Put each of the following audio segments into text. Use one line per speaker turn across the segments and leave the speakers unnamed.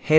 Hey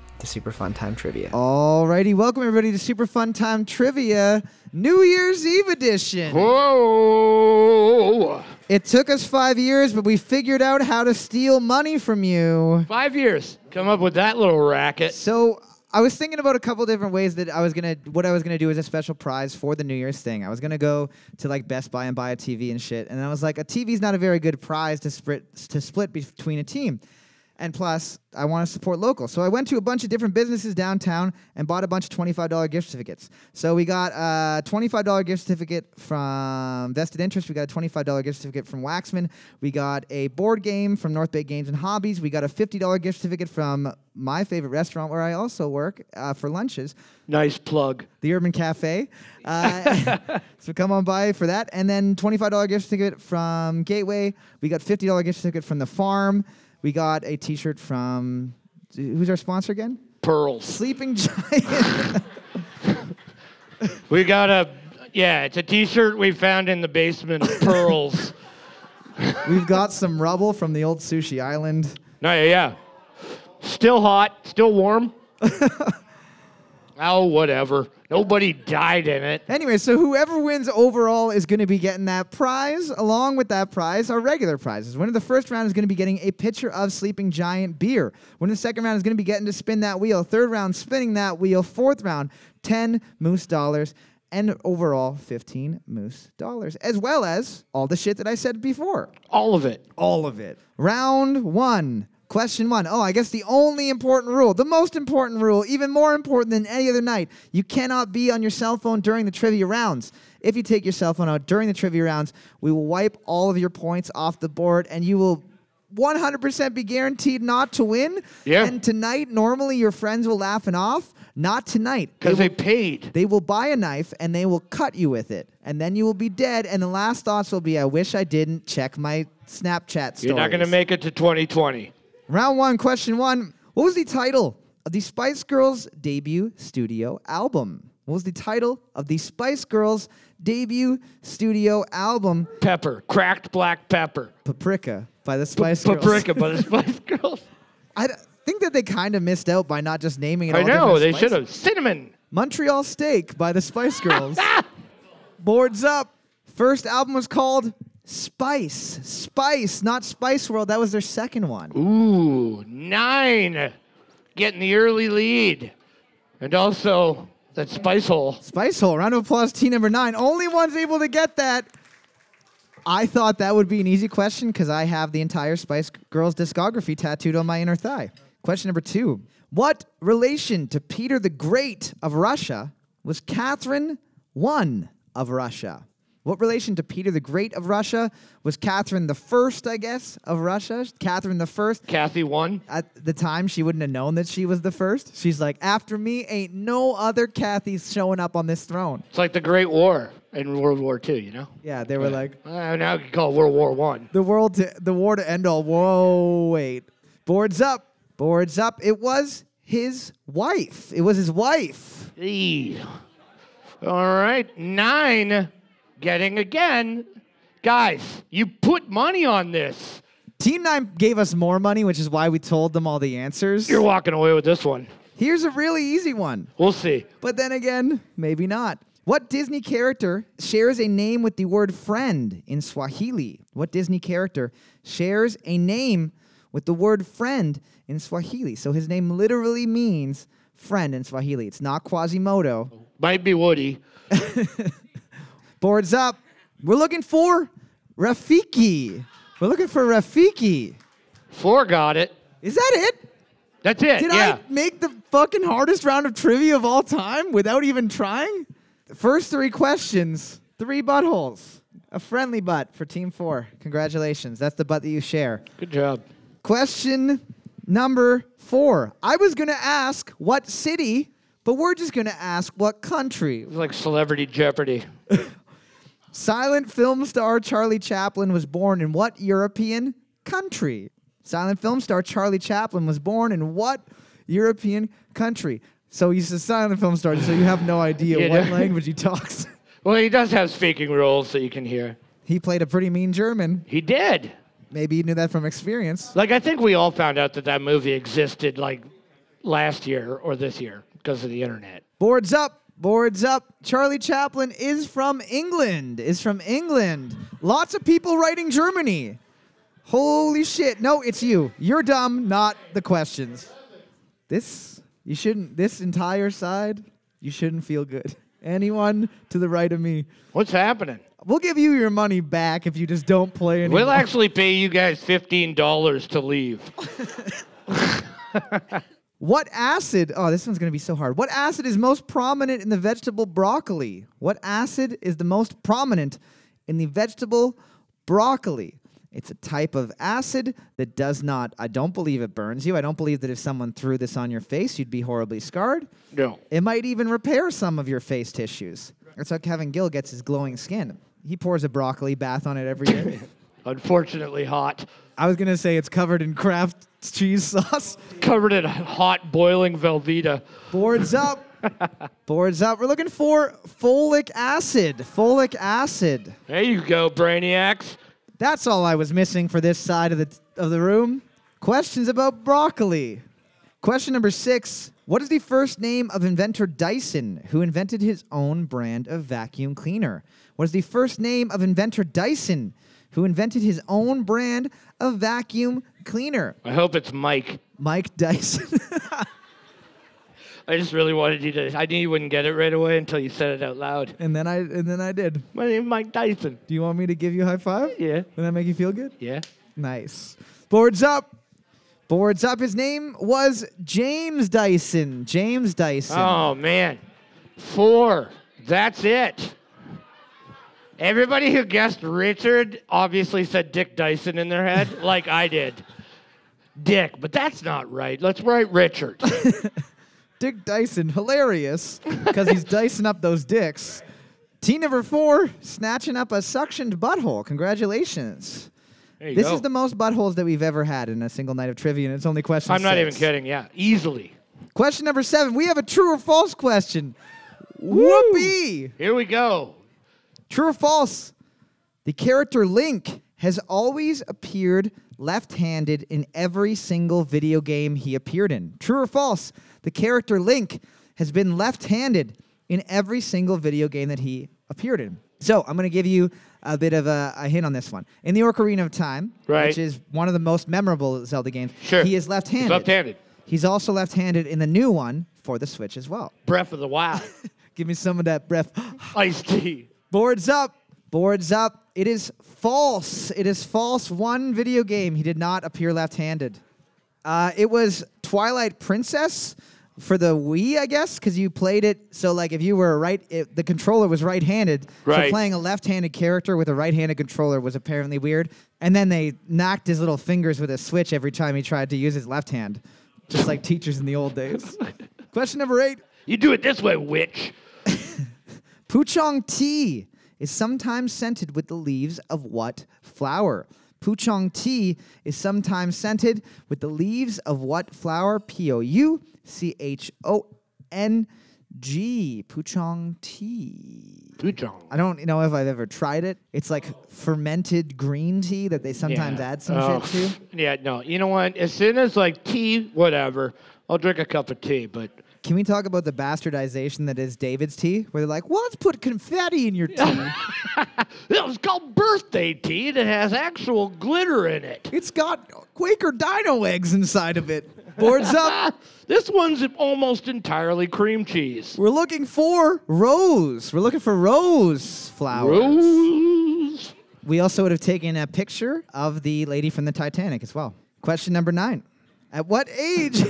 to Super Fun Time Trivia.
Alrighty, welcome everybody to Super Fun Time Trivia, New Year's Eve edition.
Whoa!
It took us five years, but we figured out how to steal money from you.
Five years. Come up with that little racket.
So I was thinking about a couple different ways that I was gonna, what I was gonna do as a special prize for the New Year's thing. I was gonna go to like Best Buy and buy a TV and shit, and I was like, a TV's not a very good prize to split to split between a team. And plus, I want to support local. So I went to a bunch of different businesses downtown and bought a bunch of $25 gift certificates. So we got a $25 gift certificate from Vested Interest. We got a $25 gift certificate from Waxman. We got a board game from North Bay Games and Hobbies. We got a $50 gift certificate from my favorite restaurant where I also work uh, for lunches,
Nice plug.
the Urban Cafe. Uh, so come on by for that. And then $25 gift certificate from Gateway. We got $50 gift certificate from the farm. We got a t shirt from, who's our sponsor again?
Pearls.
Sleeping Giant.
We got a, yeah, it's a t shirt we found in the basement of Pearls.
We've got some rubble from the old sushi island.
No, yeah, yeah. Still hot, still warm. oh, whatever. Nobody died in it.
Anyway, so whoever wins overall is going to be getting that prize. Along with that prize are regular prizes. Winner of the first round is going to be getting a pitcher of Sleeping Giant beer. Winner of the second round is going to be getting to spin that wheel. Third round, spinning that wheel. Fourth round, 10 moose dollars. And overall, 15 moose dollars. As well as all the shit that I said before.
All of it.
All of it. Round one. Question one. Oh, I guess the only important rule, the most important rule, even more important than any other night, you cannot be on your cell phone during the trivia rounds. If you take your cell phone out during the trivia rounds, we will wipe all of your points off the board and you will 100% be guaranteed not to win.
Yeah.
And tonight, normally your friends will laugh and off. Not tonight.
Because they paid.
They will buy a knife and they will cut you with it. And then you will be dead. And the last thoughts will be, I wish I didn't check my Snapchat stories.
You're not going to make it to 2020.
Round one, question one. What was the title of the Spice Girls' debut studio album? What was the title of the Spice Girls' debut studio album?
Pepper. Cracked black pepper.
Paprika by the Spice Girls.
Paprika by the Spice Girls.
I d- think that they kind of missed out by not just naming it.
I
all
know,
different
they
spices.
should have. Cinnamon.
Montreal Steak by the Spice Girls. Boards up. First album was called Spice. Spice, not Spice World. That was their second one.
Ooh, nine. Getting the early lead. And also that spice hole.
Spice Hole. Round of applause, team number nine. Only one's able to get that. I thought that would be an easy question because I have the entire Spice Girls discography tattooed on my inner thigh. Question number two What relation to Peter the Great of Russia was Catherine I of Russia? What relation to Peter the Great of Russia was Catherine the First, I guess, of Russia? Catherine the First
Kathy won.
at the time she wouldn't have known that she was the first. She's like, after me, ain't no other Kathy's showing up on this throne.
It's like the Great War in World War II, you know?
Yeah, they were like,
Uh, now you can call it World War One.
the world, to, the war to end all. Whoa, wait, boards up, boards up. It was his wife. It was his wife.
Eee. All right, nine. Getting again. Guys, you put money on this.
Team Nine gave us more money, which is why we told them all the answers.
You're walking away with this one.
Here's a really easy one.
We'll see.
But then again, maybe not. What Disney character shares a name with the word friend in Swahili? What Disney character shares a name with the word friend in Swahili? So his name literally means friend in Swahili. It's not Quasimodo.
Might be Woody.
Boards up. We're looking for Rafiki. We're looking for Rafiki.
Four got it.
Is that it?
That's it.
Did
yeah.
I make the fucking hardest round of trivia of all time without even trying? The first three questions, three buttholes. A friendly butt for team four. Congratulations. That's the butt that you share.
Good job.
Question number four. I was going to ask what city, but we're just going to ask what country.
It's like Celebrity Jeopardy.
Silent film star Charlie Chaplin was born in what European country? Silent film star Charlie Chaplin was born in what European country? So he's a silent film star, so you have no idea
You
what
know.
language he talks.
Well, he does have speaking roles that you can hear.
he played a pretty mean German.
He did.
Maybe he knew that from experience.
Like, I think we all found out that that movie existed like last year or this year because of the internet.
Boards up, boards up. Charlie Chaplin is from England. Is from England. Lots of people writing Germany. Holy shit. No, it's you. You're dumb, not the questions. This you shouldn't this entire side, you shouldn't feel good. Anyone to the right of me.
What's happening?
We'll give you your money back if you just don't play anymore.
We'll actually pay you guys $15 to leave.
What acid? Oh, this one's going to be so hard. What acid is most prominent in the vegetable broccoli? What acid is the most prominent in the vegetable broccoli? It's a type of acid that does not, I don't believe it burns you. I don't believe that if someone threw this on your face, you'd be horribly scarred.
No.
It might even repair some of your face tissues. That's how Kevin Gill gets his glowing skin. He pours a broccoli bath on it every day.
Unfortunately, hot.
I was going to say it's covered in Kraft cheese sauce.
Covered in hot boiling Velveeta.
Boards up. Boards up. We're looking for folic acid. Folic acid.
There you go, Brainiacs.
That's all I was missing for this side of the of the room. Questions about broccoli. Question number 6. What is the first name of inventor Dyson who invented his own brand of vacuum cleaner? What is the first name of inventor Dyson who invented his own brand of vacuum cleaner?
I hope it's Mike.
Mike Dyson.
I just really wanted you to. I knew you wouldn't get it right away until you said it out loud.
and then I and then I did.
My name's Mike Dyson.
Do you want me to give you a high five?
Yeah.
Would that make you feel good?
Yeah.
Nice. Boards up. Boards up. His name was James Dyson. James Dyson.
Oh, man. Four. That's it. Everybody who guessed Richard obviously said Dick Dyson in their head, like I did. Dick, but that's not right. Let's write Richard.
Dick Dyson. Hilarious. Because he's dicing up those dicks. T number four, snatching up a suctioned butthole. Congratulations.
There you
This
go.
is the most buttholes that we've ever had in a single night of trivia, and it's only question
I'm not even
six.
kidding. Yeah, easily.
Question number seven. We have a true or false question. Whoopee!
Here we go.
True or false? The character Link has always appeared left handed in every single video game he appeared in. True or false? The character Link has been left handed in every single video game that he appeared in. So I'm going to give you a bit of a, a hint on this one. In the Ocarina of Time,
Right.
which is one of the most memorable Zelda games,
Sure.
he is left handed.
Left-handed.
He's also left handed in the new one for the Switch as well.
Breath of the Wild.
Give me some of that breath.
Ice tea.
Boards up. Boards up. It is false. It is false. One video game. He did not appear left handed. Uh, it was Twilight Princess for the Wii, I guess, because you played it. So, like, if you were a right, it, the controller was right handed. So,
Right.
playing a left handed character with a right handed controller was apparently weird. And then they knocked his little fingers with a switch every time he tried to use his left hand, just like teachers in the old days. Question number eight
You do it this way, witch.
Puchong tea is sometimes scented with the leaves of what flower? Puchong tea is sometimes scented with the leaves of what flower? P O U C H O N G. Puchong tea.
Puchong.
I don't know if I've ever tried it. It's like fermented green tea that they sometimes add some
Oh,
shit to.
Yeah, no. You know what? As soon as like tea, whatever, I'll drink a cup of tea. But
Can we talk about the bastardization that is David's tea? Where they're like, well, let's put confetti in your tea.
it was called birthday tea that has actual glitter in it.
It's got Quaker dino eggs inside of it. Boards up.
This one's almost entirely cream cheese.
We're looking for rose. We're looking for rose flowers.
Rose.
We also would have taken a picture of the lady from the Titanic as well. Question number nine. At what age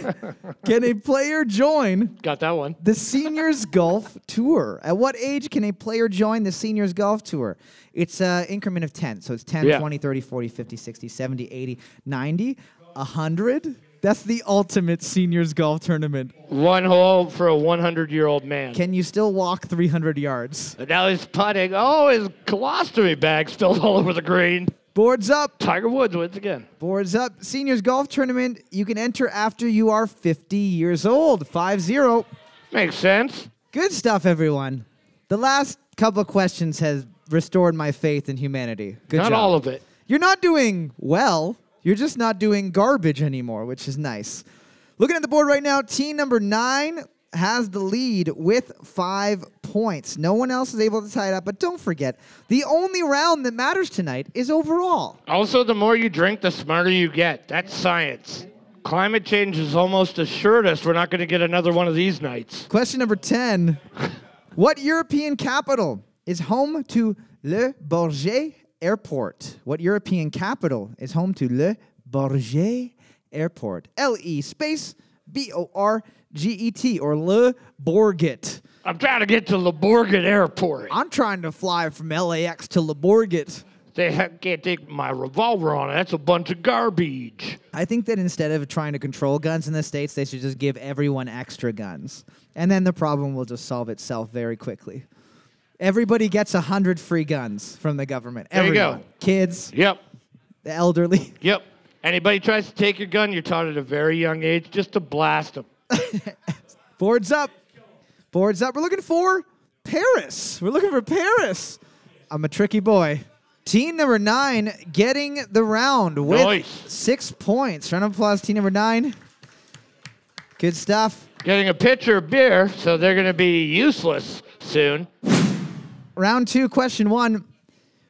can a player join
Got that one.
the seniors golf tour? At what age can a player join the seniors golf tour? It's an increment of 10. So it's 10,
Yeah.
20, 30, 40, 50, 60, 70, 80, 90, 100. That's the ultimate seniors golf tournament.
One hole for a 100 year old man.
Can you still walk 300 yards?
And now he's putting. Oh, his colostomy bag spilled all over the green.
Boards up.
Tiger Woods wins again.
Boards up. Seniors golf tournament. You can enter after you are 50 years old. 5 0.
Makes sense.
Good stuff, everyone. The last couple of questions has restored my faith in humanity. Good
Not
job.
all of it.
You're not doing well. You're just not doing garbage anymore, which is nice. Looking at the board right now, team number nine has the lead with five points. No one else is able to tie it up, but don't forget, the only round that matters tonight is overall.
Also, the more you drink, the smarter you get. That's science. Climate change has almost assured us we're not going to get another one of these nights.
Question number 10 What European capital is home to Le Bourget Airport? What European capital is home to Le Bourget Airport? L E space B O R G E T or Le Bourget.
I'm trying to get to Laborgan Airport.
I'm trying to fly from LAX to Le Bourget.
They ha- can't take my revolver on it. That's a bunch of garbage.
I think that instead of trying to control guns in the States, they should just give everyone extra guns. And then the problem will just solve itself very quickly. Everybody gets 100 free guns from the government.
There you go.
Everyone. Kids,
Yep.
the elderly.
Yep. Anybody tries to take your gun, you're taught at a very young age just to blast them.
Boards up. Boards up. We're looking for Paris. We're looking for Paris. I'm a tricky boy. Team number nine getting the round with
Nice.
six points. Round of applause, team number nine. Good stuff.
Getting a pitcher of beer, so they're going to be useless soon.
Round two, question one.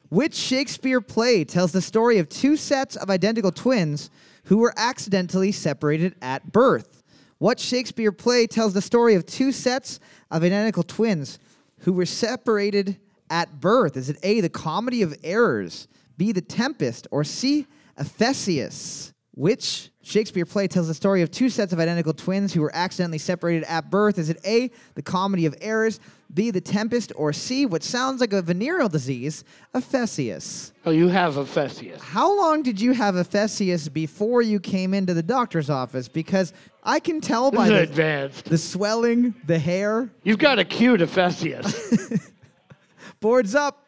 Which Shakespeare play tells the story of two sets of identical twins who were accidentally separated at birth? What Shakespeare play tells the story of two sets of identical twins who were separated at birth? Is it A, the Comedy of Errors, B, the Tempest, or C, Ephesius? Which Shakespeare play tells the story of two sets of identical twins who were accidentally separated at birth? Is it A, the comedy of errors, B, the tempest, or C, what sounds like a venereal disease, Ephesius?
Oh, you have a Theseus.
How long did you have Ephesius before you came into the doctor's office? Because I can tell
This
by
is
the,
advanced.
the swelling, the hair,
You've got a cute Theseus.
boards up,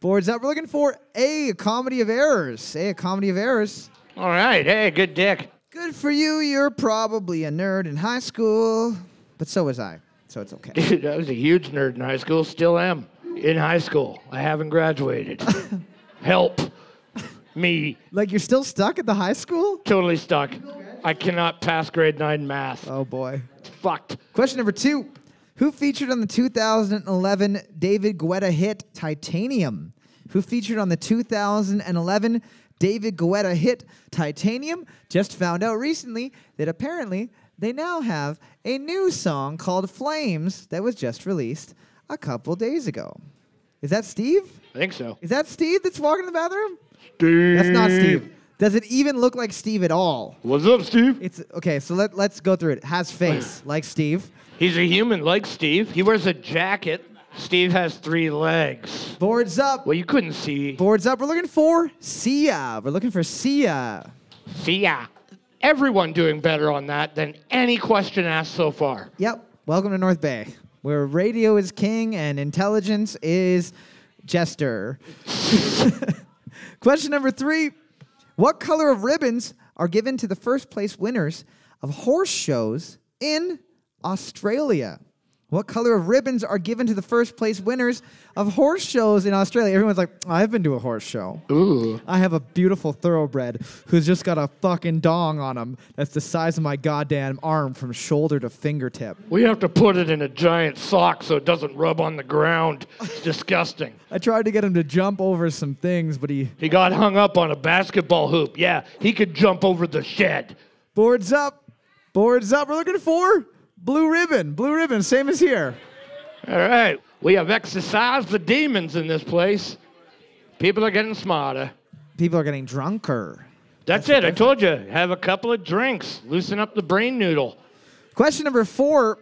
boards up. We're looking for A, a comedy of errors, A, a comedy of errors.
All right. Hey, good dick.
Good for you. You're probably a nerd in high school, but so was I. So it's okay.
Dude, I was a huge nerd in high school. Still am in high school. I haven't graduated. Help me.
like you're still stuck at the high school?
Totally stuck. I cannot pass grade nine math.
Oh boy.
It's fucked.
Question number 2. Who featured on the 2011 David Guetta hit Titanium? Who featured on the 2011 David Guetta hit Titanium? Just found out recently that apparently they now have a new song called Flames that was just released a couple days ago. Is that Steve?
I think so.
Is that Steve that's walking in the bathroom?
Steve.
That's not Steve. Does it even look like Steve at all?
What's up, Steve?
It's okay. So let let's go through it. Has face like Steve.
He's a human like Steve. He wears a jacket. Steve has three legs.
Boards up.
Well, you couldn't see.
Boards up. We're looking for Sia. We're looking for Sia.
See ya. Everyone doing better on that than any question asked so far.
Yep. Welcome to North Bay, where radio is king and intelligence is jester. Question number three What color of ribbons are given to the first place winners of horse shows in Australia? What color of ribbons are given to the first place winners of horse shows in Australia? Everyone's like, I've been to a horse show.
Ooh.
I have a beautiful thoroughbred who's just got a fucking dong on him that's the size of my goddamn arm from shoulder to fingertip.
We have to put it in a giant sock so it doesn't rub on the ground. It's disgusting.
I tried to get him to jump over some things, but he
He got hung up on a basketball hoop. Yeah, he could jump over the shed.
boards up, boards up. We're looking for blue ribbon, blue ribbon, same as here.
All right. We have exercised the demons in this place. People are getting smarter.
People are getting drunker.
That's, it. I told you. Have a couple of drinks. Loosen up the brain noodle.
Question number four,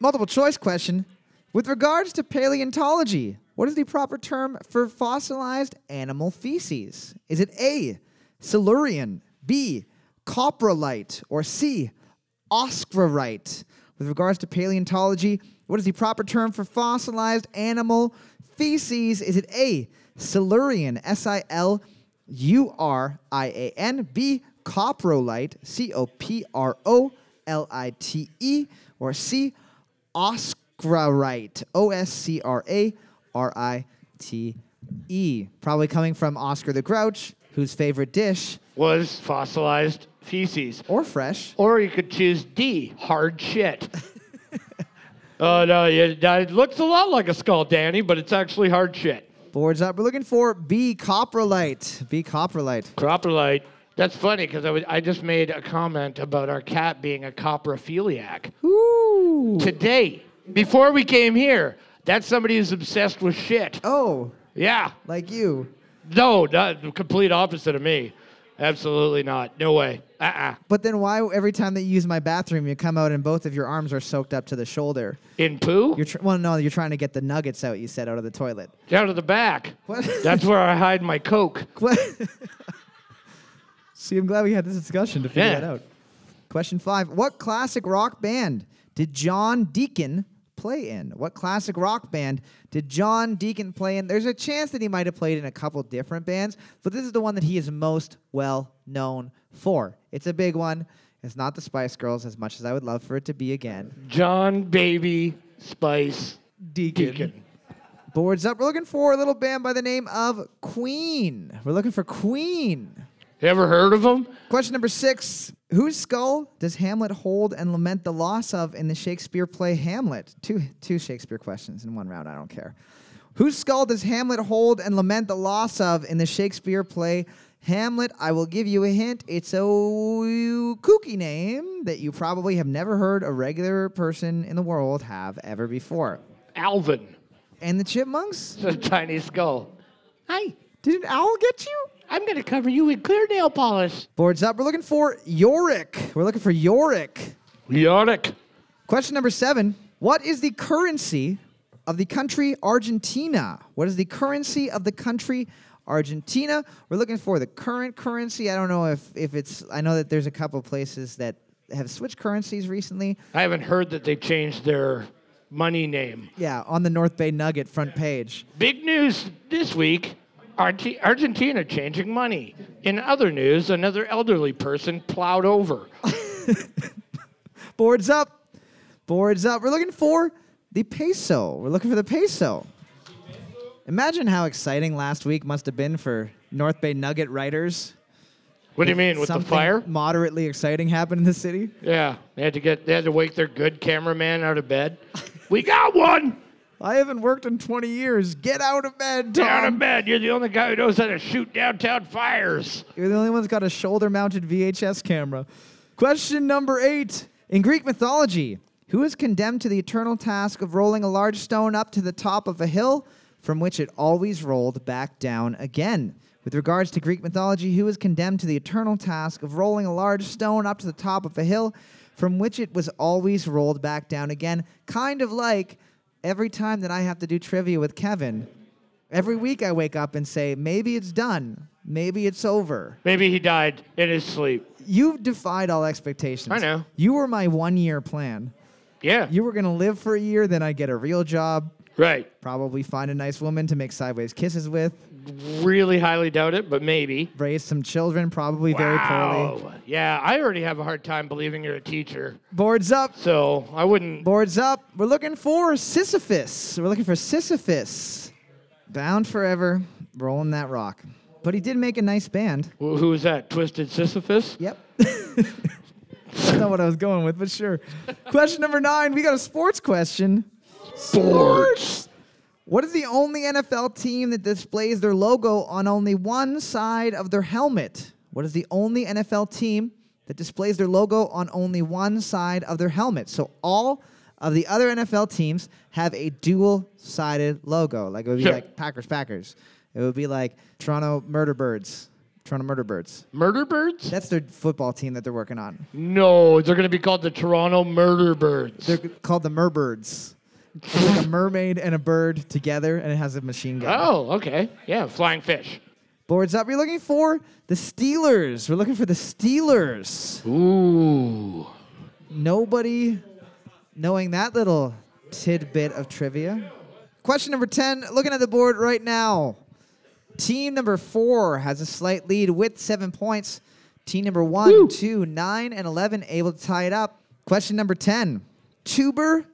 multiple choice question. With regards to paleontology, what is the proper term for fossilized animal feces? Is it A, Silurian, B, coprolite, or C, oscarite. With regards to paleontology, what is the proper term for fossilized animal feces? Is it A, silurian, S I L U R I A N, B, coprolite, C O P R O L I T E, or C, Oscarite. O S C R A R I T E. Probably coming from Oscar the Grouch, whose favorite dish,
was fossilized feces.
or fresh,
Or you could choose D, hard shit. oh, no, it, it looks a lot like a skull, Danny, but it's actually hard shit.
boards up. We're looking for B. Coprolite. B. Coprolite.
Coprolite. That's funny because I, was- I just made a comment about our cat being a coprophiliac.
Ooh.
Today, before we came here, that's somebody who's obsessed with shit.
Oh,
Yeah.
like you.
No, not the complete opposite of me. Absolutely not. No way. Uh-uh.
But then why every time that you use my bathroom, you come out and both of your arms are soaked up to the shoulder?
In poo?
You're tr- well, no, you're trying to get the nuggets out. You said out of the toilet.
Down to the back.
What?
That's where I hide my coke.
What? See, I'm glad we had this discussion to figure
Yeah.
that out. Question five What classic rock band did John Deacon play in? What classic rock band did John Deacon play in? There's a chance that he might have played in a couple different bands, but this is the one that he is most well known for. It's a big one. It's not the Spice Girls as much as I would love for it to be again.
John Baby Spice Deacon.
Boards up. We're looking for a little band by the name of Queen. We're looking for Queen.
You ever heard of him?
Question number six Whose skull does Hamlet hold and lament the loss of in the Shakespeare play Hamlet? Two, two Shakespeare questions in one round, I don't care. Whose skull does Hamlet hold and lament the loss of in the Shakespeare play Hamlet? I will give you a hint. It's a kooky name that you probably have never heard a regular person in the world have ever before.
Alvin.
And the chipmunks?
It's a tiny skull. Hi,
Did an owl get you?
I'm going to cover you in clear nail polish.
Boards up. We're looking for Yorick. We're looking for Yorick.
Yorick.
Question number seven What is the currency of the country Argentina? What is the currency of the country Argentina? We're looking for the current currency. I don't know if, if it's, I know that there's a couple places that have switched currencies recently.
I haven't heard that they changed their money name.
Yeah, on the North Bay Nugget front page.
Big news this week Arge- Argentina changing money. In other news, another elderly person plowed over.
Boards up. Boards up. We're looking for the peso. We're looking for the peso. Imagine how exciting last week must have been for North Bay Nugget writers.
What do you mean with
Something
the fire?
Moderately exciting happened in the city.
Yeah, they had to get they had to wake their good cameraman out of bed. we got one.
I haven't worked in 20 years. Get out of bed, Tom.
Get out of bed. You're the only guy who knows how to shoot downtown fires.
You're the only one that's got a shoulder mounted VHS camera. Question number eight. In Greek mythology, who is condemned to the eternal task of rolling a large stone up to the top of a hill from which it always rolled back down again? With regards to Greek mythology, who is condemned to the eternal task of rolling a large stone up to the top of a hill from which it was always rolled back down again? Kind of like every time that I have to do trivia with Kevin. Every week I wake up and say, maybe it's done. Maybe it's over.
Maybe he died in his sleep.
You've defied all expectations.
I know.
You were my one year plan.
Yeah.
You were going to live for a year, then I'd get a real job,
right.
probably find a nice woman to make sideways kisses with,
Really highly doubt it, but maybe.
raise some children, probably very poorly.
Wow. Yeah, I already have a hard time believing you're a teacher.
Boards up.
So I wouldn't
Boards up. We're looking for Sisyphus. We're looking for Sisyphus. Bound forever, rolling that rock. But he did make a nice band.
Wh- who was that? Twisted Sisyphus?
Yep. That's not what I was going with, but sure. question number nine. We got a sports question. Sports. What is the only NFL team that displays their logo on only one side of their helmet? What is the only NFL team that displays their logo on only one side of their helmet? So all of the other NFL teams have a dual-sided logo. Like it would be
Sure.
like Packers, Packers. It would be like Toronto Murderbirds, Toronto Murderbirds.
Murder birds?
That's their football team that they're working on.
No, they're gonna be called the Toronto Murder Birds.
They're called the Merbirds. It's
Ah.
like a mermaid and a bird together, and it has a machine gun.
oh, okay. Yeah, flying fish.
Boards up. We're looking for the Steelers. We're looking for the Steelers.
Ooh.
Nobody knowing that little tidbit of trivia. Question number 10, looking at the board right now. Team number four has a slight lead with seven points. Team number one, two, nine, and 11 able to tie it up. Question number 10 Tuber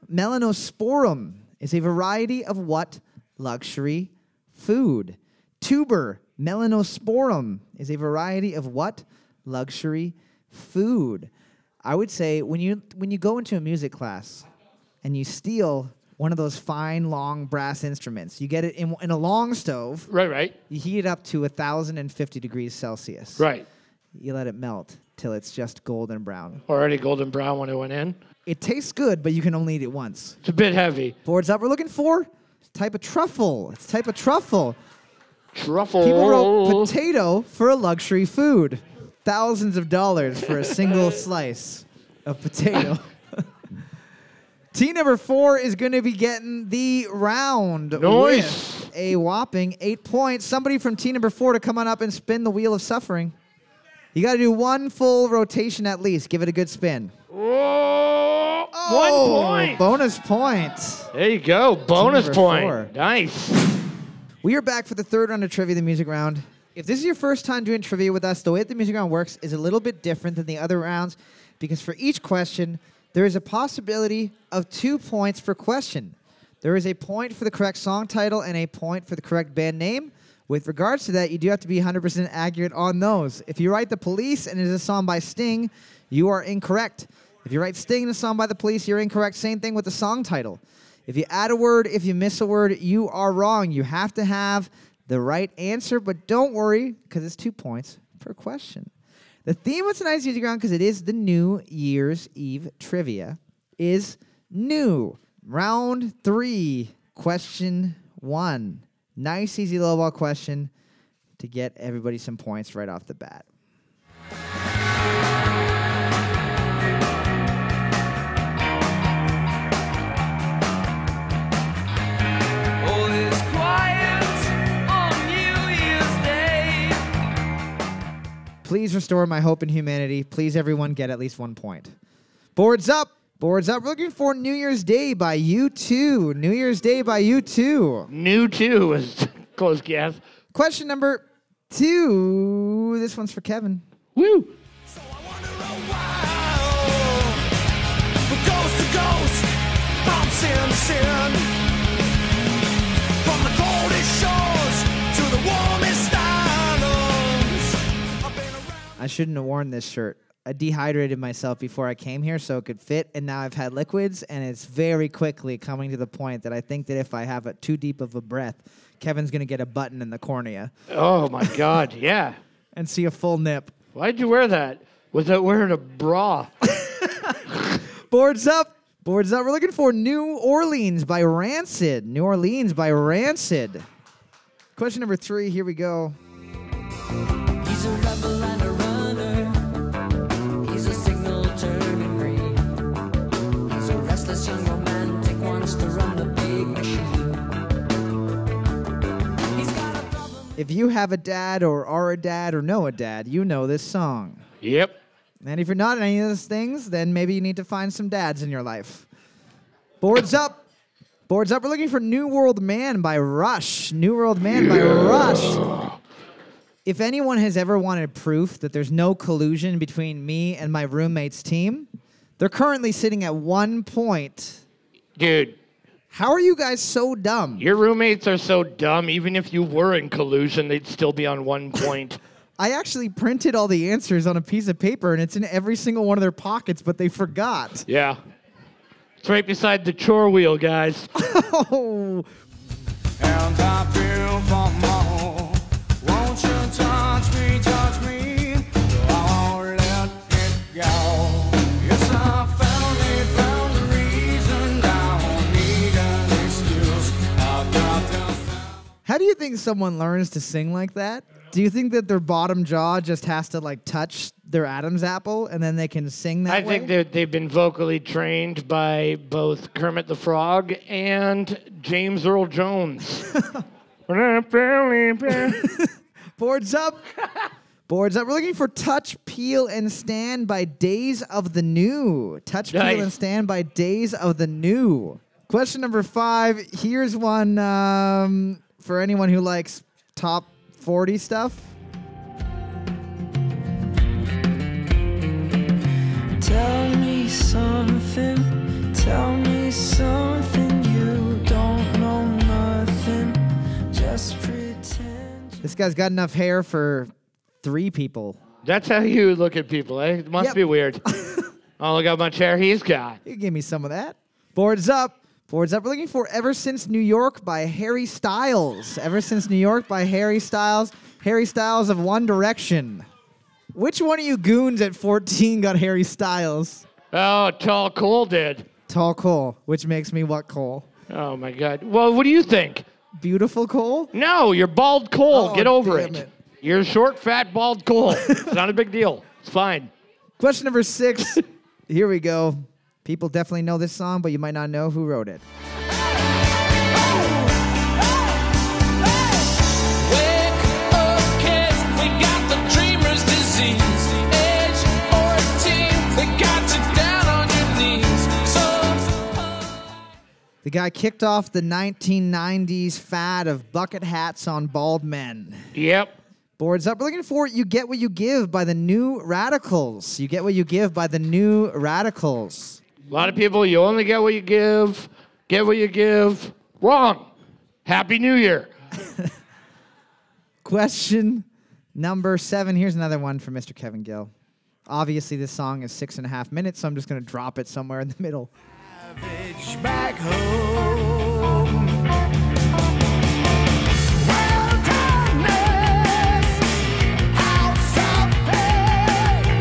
melanosporum is a variety of what luxury food? Tuber melanosporum is a variety of what luxury food? I would say when you when you go into a music class and you steal one of those fine long brass instruments, you get it in, in a long stove,
Right, right.
you heat it up to 1050 degrees Celsius.
Right.
You let it melt till it's just golden brown.
Already golden brown when it went in.
It tastes good, but you can only eat it once.
It's a bit heavy.
Boards up. We're looking for type of truffle. It's type of truffle.
Truffle.
People
Oh.
wrote potato for a luxury food. Thousands of dollars for a single slice of potato. Team number four is going to be getting the round
Nice.
with a whopping eight points. Somebody from team number four to come on up and spin the wheel of suffering. You got to do one full rotation at least. Give it a good spin.
Whoa.
Oh,
One point.
Bonus points.
there you go. Bonus
number
point.
four.
Nice.
We are back for the third round of trivia, the music round. If this is your first time doing trivia with us, the way that the music round works is a little bit different than the other rounds because for each question, there is a possibility of two points per question. There is a point for the correct song title and a point for the correct band name. With regards to that, you do have to be 100% accurate on those. If you write The Police and it is a song by Sting, you are incorrect. If you write Sting and a song by The Police, you're incorrect. Same thing with the song title. If you add a word, if you miss a word, you are wrong. You have to have the right answer, but don't worry because it's two points per question. The theme of tonight's music round, because it is the New Year's Eve trivia, is new. Round three, question one. Nice, easy low ball question to get everybody some points right off the bat.
All is quiet on New Year's Day.
Please restore my hope in humanity. Please, everyone, get at least one point. Boards up. Boards up. We're looking for New Year's Day by U2. New Year's Day by U2.
New two was close guess.
Question number two. This one's for Kevin.
Woo.
So I wonder a while. From ghost to ghost, from sin to sin. From the coldest shores to the warmest islands. I've been around.
I shouldn't have worn this shirt. I dehydrated myself before I came here so it could fit, and now I've had liquids, and it's very quickly coming to the point that I think that if I have a too deep of a breath, Kevin's gonna get a button in the cornea
Oh my God. Yeah.
and see a full nip.
Why'd you wear that? Was that wearing a bra?
Boards up. Boards up. We're looking for New Orleans by Rancid. New Orleans by Rancid. Question number three. Here we go.
He's a rebel and a runner. He's a signal turning green. He's a restless young romantic, wants to run the big machine.
He's got a problem.
If you have a dad or are a dad or know a dad, you know this song.
yep.
And if you're not any of those things, then maybe you need to find some dads in your life. Boards up. Boards up. We're looking for New World Man by Rush. New World Man by Rush. If anyone has ever wanted proof that there's no collusion between me and my roommate's team, they're currently sitting at one point.
Dude,
How are you guys so dumb?
your roommates are so dumb. Even if you were in collusion, they'd still be on one point.
I actually printed all the answers on a piece of paper and it's in every single one of their pockets, but they forgot.
yeah. It's right beside the chore wheel, guys.
Oh.
And I feel for more. Won't you touch me, touch me? Don't let it go. Yes, I found it, found the reason. I don't need an excuse. I've got the
How do you think someone learns to sing like that? Do you think that their bottom jaw just has to like touch their Adam's apple and then they can sing that
I
way?
think that they've been vocally trained by both Kermit the Frog and James Earl Jones.
Boards up. Boards up. We're looking for Touch, Peel, and Stand by Days of the New. Touch,
Nice.
Peel, and Stand by Days of the New. Question number five. Here's one um, for anyone who likes top 40 stuff.
Tell me something, tell me something you don't know nothing. Just pretend.
This guy's got enough hair for three people.
That's how you look at people, eh? It must
Yep.
be weird. oh, look how much hair he's got.
You give me some of that. Boards up. Boards up. We're looking for Ever Since New York by Harry Styles. Ever Since New York by Harry Styles. Harry Styles of One Direction. Which one of you goons at 14 got Harry Styles?
Oh, Tall Cole did.
Tall Cole, which makes me what Cole?
Oh my God. Well, what do you think?
Beautiful Cole?
No, you're bald Cole.
Oh,
Get over
damn
it.
it.
You're short, fat, bald Cole. it's not a big deal. It's fine.
Question number six. Here we go. People definitely know this song, but you might not know who wrote it.
Wake up, kids! We got the dreamer's disease. Age 14, they got you down on your knees. So.
The guy kicked off the 1990s fad of bucket hats on bald men.
Yep.
Boards up. We're looking for You Get What You Give by the New Radicals. You Get What You Give by the New Radicals.
A lot of people, you only get what you give. Get what you give. Wrong. Happy New Year.
Question number seven. Here's another one for Mr. Kevin Gill. Obviously, this song is six and a half minutes, so I'm just going to drop it somewhere in the middle.
bitch back home. Wilderness, house of pain,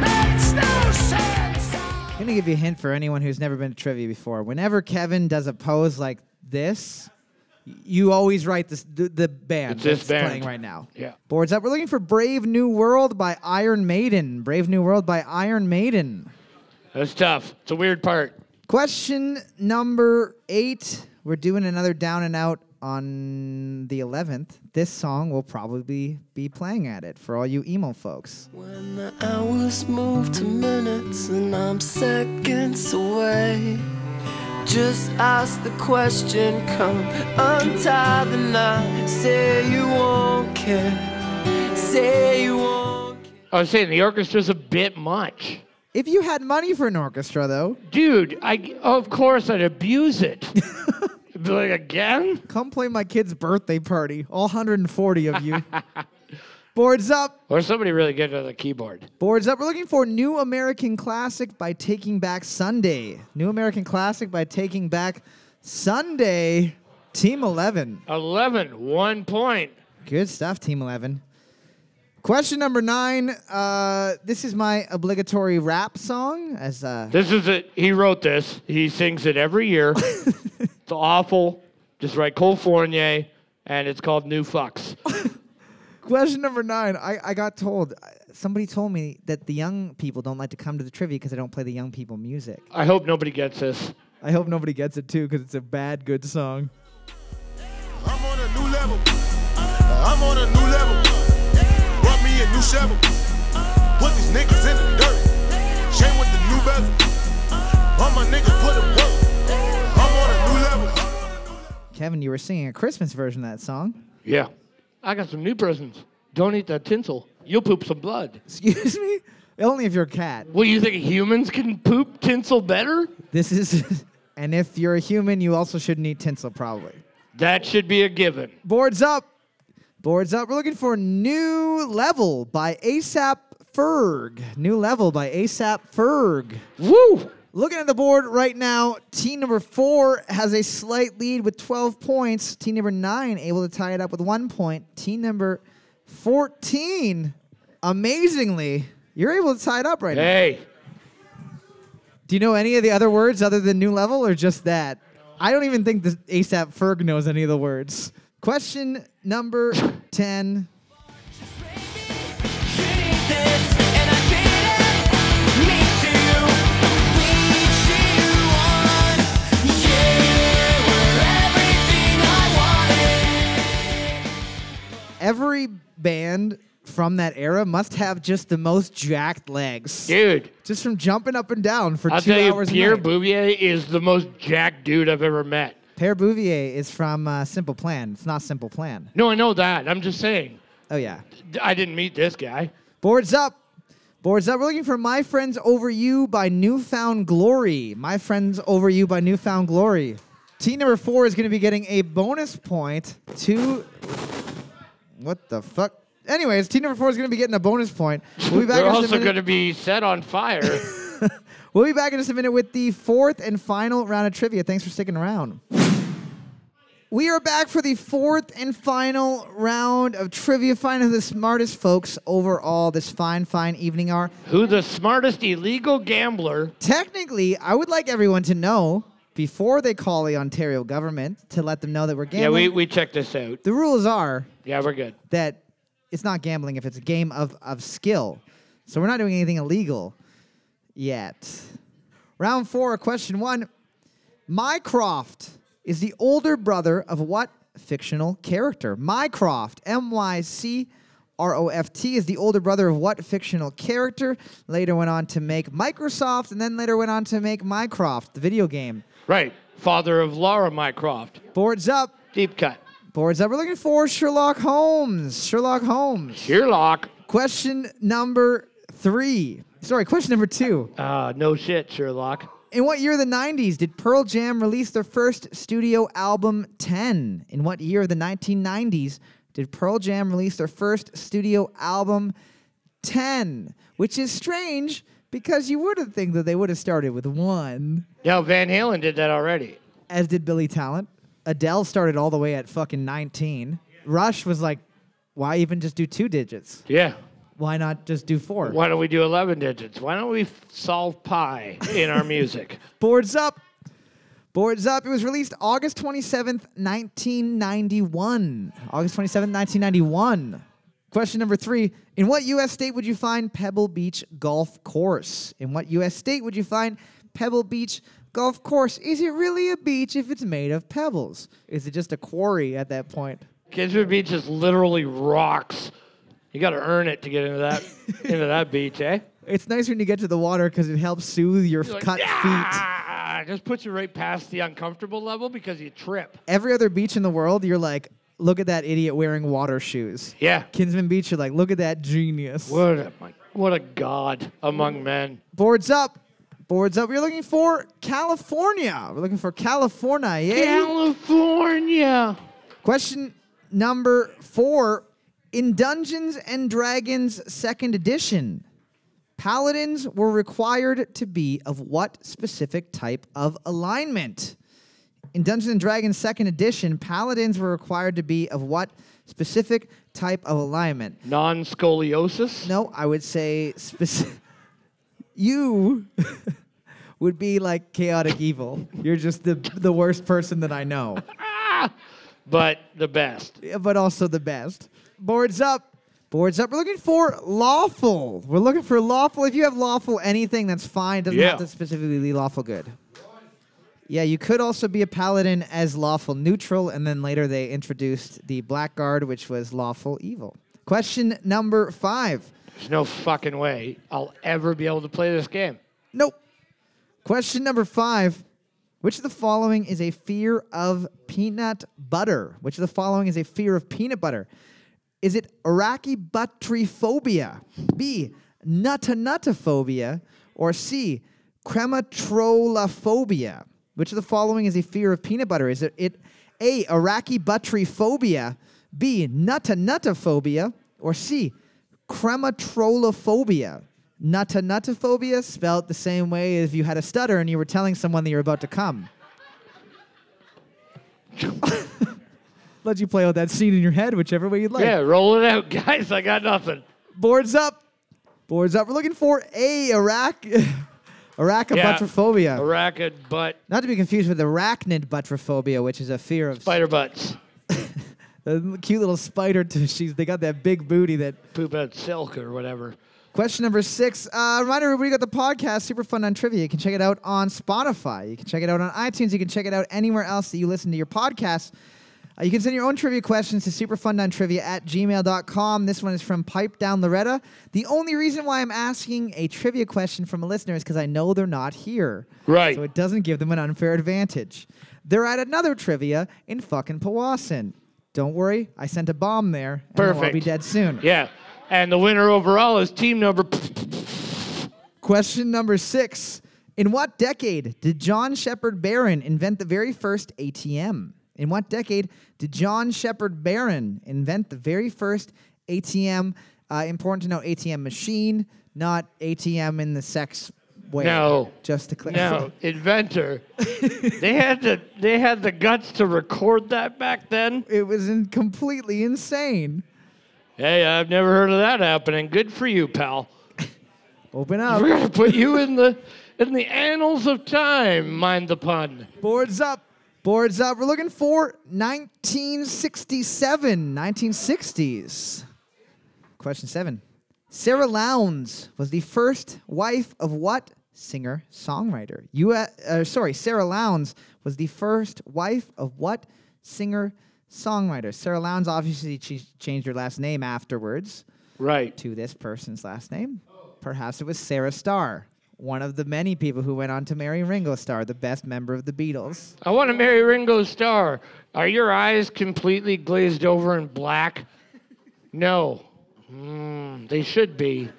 makes no sense.
I'm going to give you a hint for anyone who's never been to trivia before. Whenever Kevin does a pose like this, y- you always write this, the, the band
It's this
that's
band.
playing right now.
Yeah.
Boards up. We're looking for Brave New World by Iron Maiden. Brave New World by Iron Maiden.
That's tough. It's a weird part.
Question number eight. We're doing another down and out on the 11th. This song will probably be playing at it for all you emo folks.
When the hours move to minutes and I'm seconds away. Just ask the question, come untie the knot. Say you won't care, say you won't care.
I was saying the orchestra's a bit much.
If you had money for an orchestra, though,
Dude, I of course I'd abuse it. Be like again?
come play my kid's birthday party. All 140 of you. Boards up.
Or somebody really good at the keyboard.
Boards up. We're looking for New American Classic by Taking Back Sunday. New American Classic by Taking Back Sunday. Team 11.
11, one point.
Good stuff, Team 11. Question number nine. Uh, this is my obligatory rap song. As uh,
This is it. He wrote this. He sings it every year. it's awful. Just write Cole Fournier, and it's called New Fucks.
Question number nine. I, I got told, I- somebody told me that the young people don't like to come to the trivia because I don't play the young people music.
I hope nobody gets this.
I hope nobody gets it too because it's a bad, good song.
I'm on a new level. I'm on a new level. Brought me a new shovel. Put these niggas in the dirt. Shame with the new bezel. All my niggas put in work. I'm on a new level.
Kevin, you were singing a Christmas version of that song.
Yeah. I got some new presents. Don't eat that tinsel. You'll poop some blood.
Excuse me? Only if you're a cat.
Well, you think humans can poop tinsel better?
This is, and if you're a human, you also shouldn't eat tinsel, probably.
That should be a given.
Boards up. Boards up. We're looking for New Level by ASAP Ferg. New Level by ASAP Ferg.
Woo!
Looking at the board right now, team number four has a slight lead with 12 points. Team number nine able to tie it up with one point. Team number 14, amazingly, you're able to tie it up right now.
Hey,
Do you know any of the other words other than new level or just that? I don't even think the ASAP Ferg knows any of the words. Question number 10. Every from that era must have just the most jacked legs.
Dude,
Just from jumping up and down for
I'll
two
tell you,
hours. a
Pierre
night.
Bouvier is the most jacked dude I've ever met.
Pierre Bouvier is from uh, Simple Plan. It's not Simple Plan.
No, I know that. I'm just saying.
Oh yeah.
I didn't meet this guy.
Boards up. Boards up. We're looking for My Friends Over You by Newfound Glory. My Friends Over You by Newfound Glory. Team number four is going to be getting a bonus point to. What the fuck? Anyways, team number four is going to be getting a bonus point. We'll be back
They're
in just a
also
minute.
going to be set on fire.
We'll be back in just a minute with the fourth and final round of trivia. Thanks for sticking around. We are back for the fourth and final round of trivia. Find out who the smartest folks overall this fine, fine evening are.
Who the smartest illegal gambler?
Technically, I would like everyone to know before they call the Ontario government to let them know that we're
Yeah,
gambling.
we, we checked this out.
the rules are
Yeah, we're good.
that it's not gambling if it's a game of, of skill. So we're not doing anything illegal yet. Round four, question one. Mycroft is the older brother of what fictional character? Mycroft, M Y C R O F T, is the older brother of what fictional character? Later went on to make Microsoft and then later went on to make Mycroft, the video game.
Right. Father of Laura Mycroft.
Boards up.
Deep cut.
Boards up. We're looking for Sherlock Holmes. Sherlock Holmes.
Sherlock.
Question number three. Sorry, question number two.
Uh, no shit, Sherlock.
In what year of the 90s did Pearl Jam release their first studio album, 10? In what year of the 1990s did Pearl Jam release their first studio album, 10? Which is strange because you would have think that they would have started with one,
No, Van Halen did that already.
as did Billy Talent. Adele started all the way at fucking 19. Rush was like, why even just do two digits?
Yeah.
Why not just do four?
Why don't we do 11 digits? Why don't we f- solve pi in our music?
Boards Up. Boards Up. It was released August 27th, 1991. August 27th, 1991. Question number three In what U.S. state would you find Pebble Beach Golf Course? In what U.S. state would you find Pebble Beach Golf Course? Is it really a beach if it's made of pebbles? Is it just a quarry at that point?
Kidswood Beach is literally rocks. You got to earn it to get into that into that beach, eh?
It's nice when you get to the water because it helps soothe your
You're like,
cut feet.
"Yeah!" Just puts you right past the uncomfortable level because you trip.
Every other beach in the world, you're like, look at that idiot wearing water shoes.
Yeah.
Kinsman Beach, you're like, look at that genius.
What a my, what a god among men.
Boards up. Boards up. We're looking for California. We're looking for California. Yeah.
California.
Question number four. In Dungeons and Dragons Second Edition, paladins were required to be of what specific type of alignment? In Dungeons and Dragons Second Edition, paladins were required to be of what specific type of alignment?
Non scoliosis.
No, I would say speci- you would be like chaotic evil. You're just the the worst person that I know,
But the best.
but also the best. Boards up. Boards up. We're looking for lawful. We're looking for lawful. If you have lawful anything, that's fine. Doesn't
Yeah.
have to specifically be lawful good. Yeah, you could also be a paladin as lawful neutral, and then later they introduced the blackguard, which was lawful evil. Question number five.
There's no fucking way I'll ever be able to play this game.
Nope. Question number five. Which of the following is a fear of peanut butter? Which of the following is a fear of peanut butter? Is it arachibutriphobia, B, nutanutaphobia, or C, crematrolophobia? Which of the following is a fear of peanut butter? Is it, it A, arachibutriphobia, B, nutanutaphobia, or C, crematrolophobia? Nutanutaphobia spelled the same way if you had a stutter and you were telling someone that you're about to come. Let you play out that scene in your head, whichever way you'd like.
Yeah, roll it out, guys. I got nothing.
Boards up. Boards up. We're looking for a Iraq. Arachobotrophobia.
A racket butt,
Not to be confused with arachnid butrophobia, which is a fear of
spider butts.
the cute little spider. T- she's they got that big booty. That
Poop out silk or whatever.
question number six. Uh, reminder, everybody, we got the podcast super fun on trivia. You can check it out on Spotify. You can check it out on iTunes. You can check it out anywhere else that you listen to your podcasts. Uh, you can send your own trivia questions to superfundontrivia at gmail.com. This one is from Pipe Down Loretta. The only reason why I'm asking a trivia question from a listener is because I know they're not here.
Right.
So it doesn't give them an unfair advantage. They're at another trivia in fucking Powassan. Don't worry, I sent a bomb there. and I'll be
Perfect.
dead soon.
Yeah. And the winner overall is team number.
Question number six. In what decade did John Shepard Barron invent the very first ATM? In what decade did John Shepard Barron invent the very first ATM? Uh, important to know ATM machine, not ATM in the sex way.
No.
Just to clarify.
No, inventor. they had the they had the guts to record that back then.
It was in completely insane.
Hey, I've never heard of that happening. Good for you, pal.
Open
We're
up.
gonna put you in the in the annals of time. Mind the pun.
Boards up. Boards up. We're looking for 1967, 1960s. Question seven. Sarah Lowndes was the first wife of what singer songwriter? You, uh, sorry, Sarah Lowndes was the first wife of what singer songwriter? Sarah Lowndes obviously she changed her last name afterwards
Right.
to this person's last name. Perhaps it was Sarah Starr, one of the many people who went on to marry Ringo Starr, the best member of the Beatles.
I want to marry Ringo Starr. Are your eyes completely glazed over and black? No. Mm, they should be.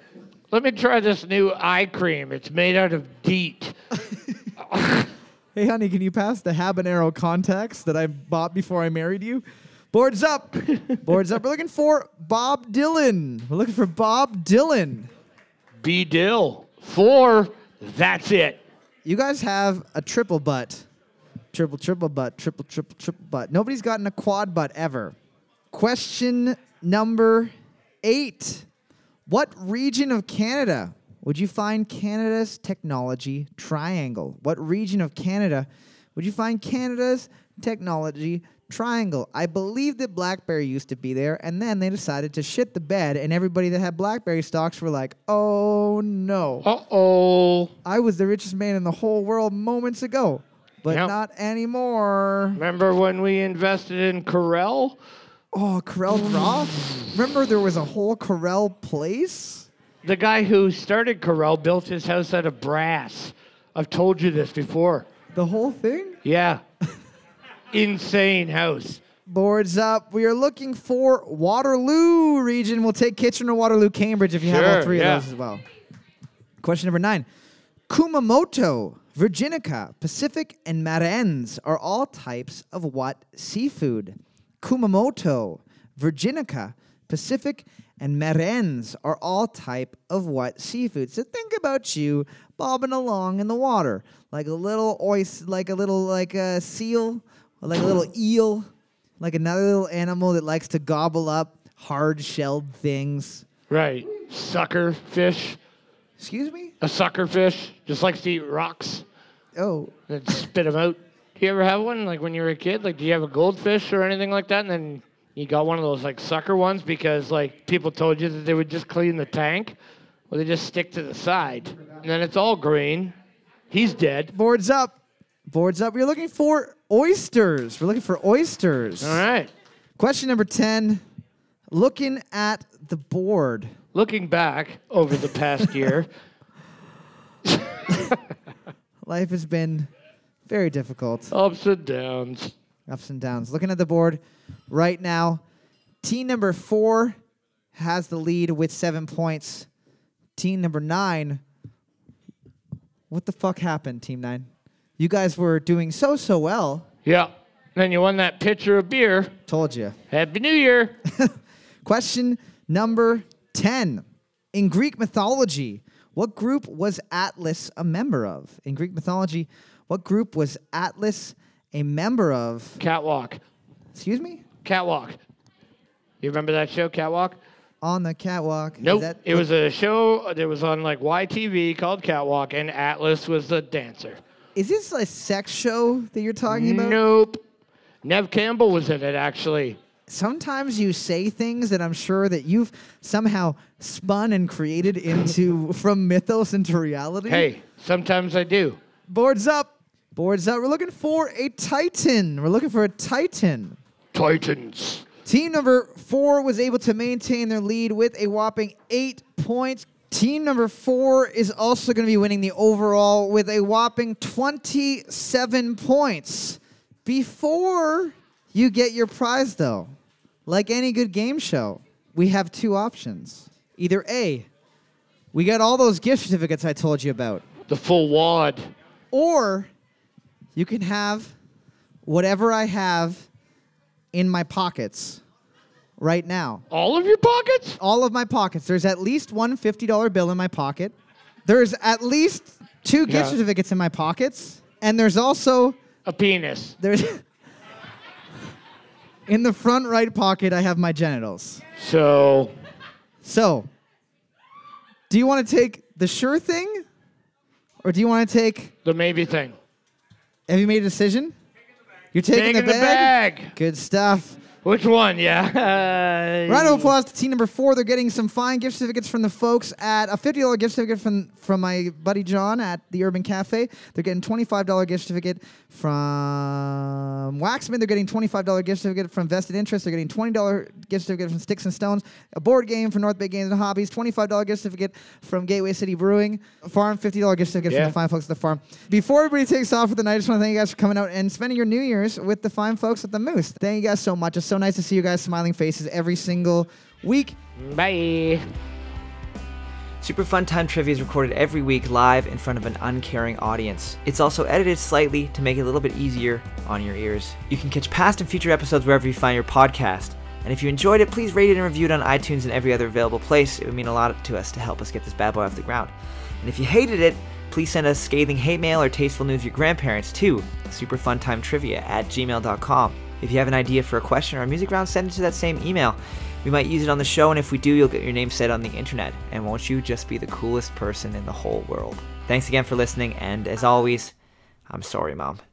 Let me try this new eye cream. It's made out of DEET.
Hey, honey, can you pass the habanero contacts that I bought before I married you? Boards up. Boards up. We're looking for Bob Dylan. We're looking for Bob Dylan.
B Dill. Four. That's it.
You guys have a triple butt. Triple, triple butt, triple, triple, triple butt. Nobody's gotten a quad butt ever. Question number eight What region of Canada would you find Canada's technology triangle? What region of Canada would you find Canada's technology triangle? I believe that Blackberry used to be there, and then they decided to shit the bed, and everybody that had Blackberry stocks were like, oh no.
Uh oh.
I was the richest man in the whole world moments ago, but
Yep.
not anymore.
Remember when we invested in Corel?
Oh, Corel Draw? Remember there was a whole Corel place?
The guy who started Corel built his house out of brass. I've told you this before.
The whole thing?
Yeah. Insane house.
Boards up. We are looking for Waterloo region. We'll take Kitchener, Waterloo, Cambridge if you have all
Sure,
three
yeah.
of those as well. Question number nine. Kumamoto, Virginica, Pacific, and Marennes are all types of what seafood? Kumamoto, Virginica, Pacific, and Marennes are all type of what seafood? So think about you bobbing along in the water, like a little oyster, like a little like a seal, or like a little eel, like another little animal that likes to gobble up hard-shelled things.
Right. Sucker fish.
Excuse me?
A sucker fish just likes to eat rocks
Oh,
and then spit them out. Do you ever have one? Like when you were a kid? Like, do you have a goldfish or anything like that? And then you got one of those like sucker ones because like people told you that they would just clean the tank. Well, they just stick to the side. And then it's all green. He's dead.
Boards up. Boards up. We're looking for oysters. We're looking for oysters.
All right.
Question number 10. Looking at the board.
Looking back over the past year,
Life has been very difficult.
ups and downs.
Ups and downs. Looking at the board right now. Team number four has the lead with seven points. Team number nine. What the fuck happened, team nine? You guys were doing so, so well.
Yeah. Then you won that pitcher of beer.
Told you.
Happy New Year.
Question number 10. In Greek mythology, what group was Atlas a member of? In Greek mythology, what group was Atlas a member of?
Catwalk.
Excuse me?
Catwalk. You remember that show, Catwalk?
On the catwalk. Is
Nope.
that-
it was a show that was on like YTV called Catwalk, and Atlas was the dancer.
Is this a sex show that you're talking about?
Nope. Nev Campbell was in it, actually.
Sometimes you say things that I'm sure that you've somehow spun and created into from mythos into reality.
Hey, sometimes I do.
Boards up. Boards up. We're looking for a Titan. We're looking for a Titan.
Titans.
Team number four was able to maintain their lead with a whopping eight points. Team number four is also going to be winning the overall with a whopping 27 points. Before you get your prize, though, like any good game show, we have two options. Either A, we got all those gift certificates I told you about,
The full wad.
or you can have whatever I have in my pockets right now.
All of your pockets?
All of my pockets. There's at least one $50 bill in my pocket. There's at least two gift
Yeah.
certificates in my pockets. And there's also
A penis.
there's in the front right pocket I have my genitals.
So,
So, do you want to take the sure thing or do you want to take
the maybe thing.
have you made a decision? You're taking,
Taking the bag.
Good stuff.
Which one? Yeah.
Round of applause to team number four. They're getting some fine gift certificates from the folks at a fifty dollar gift certificate from from my buddy John at the Urban Cafe. They're getting twenty five dollar gift certificate from Waxman. They're getting twenty five dollar gift certificate from Vested Interest. They're getting twenty dollar gift certificate from Sticks and Stones. A board game from North Bay Games and Hobbies. Twenty five dollar gift certificate from Gateway City Brewing. Farm fifty dollar gift certificate
Yeah.
from the fine folks at the farm. Before everybody takes off for the night, I just want to thank you guys for coming out and spending your New Year's with the fine folks at the Moose. Thank you guys so much. It's so nice to see you guys smiling faces every single week.
Bye.
Super Fun Time Trivia is recorded every week live in front of an uncaring audience. It's also edited slightly to make it a little bit easier on your ears. You can catch past and future episodes wherever you find your podcast. And if you enjoyed it, please rate it and review it on iTunes and every other available place. It would mean a lot to us to help us get this bad boy off the ground. And if you hated it, please send us scathing hate mail or tasteful news of your grandparents too. Superfuntimetrivia at gmail.com. If you have an idea for a question or a music round, send it to that same email. We might use it on the show, and if we do, you'll get your name said on the internet. And won't you just be the coolest person in the whole world? Thanks again for listening, and as always, I'm sorry, Mom.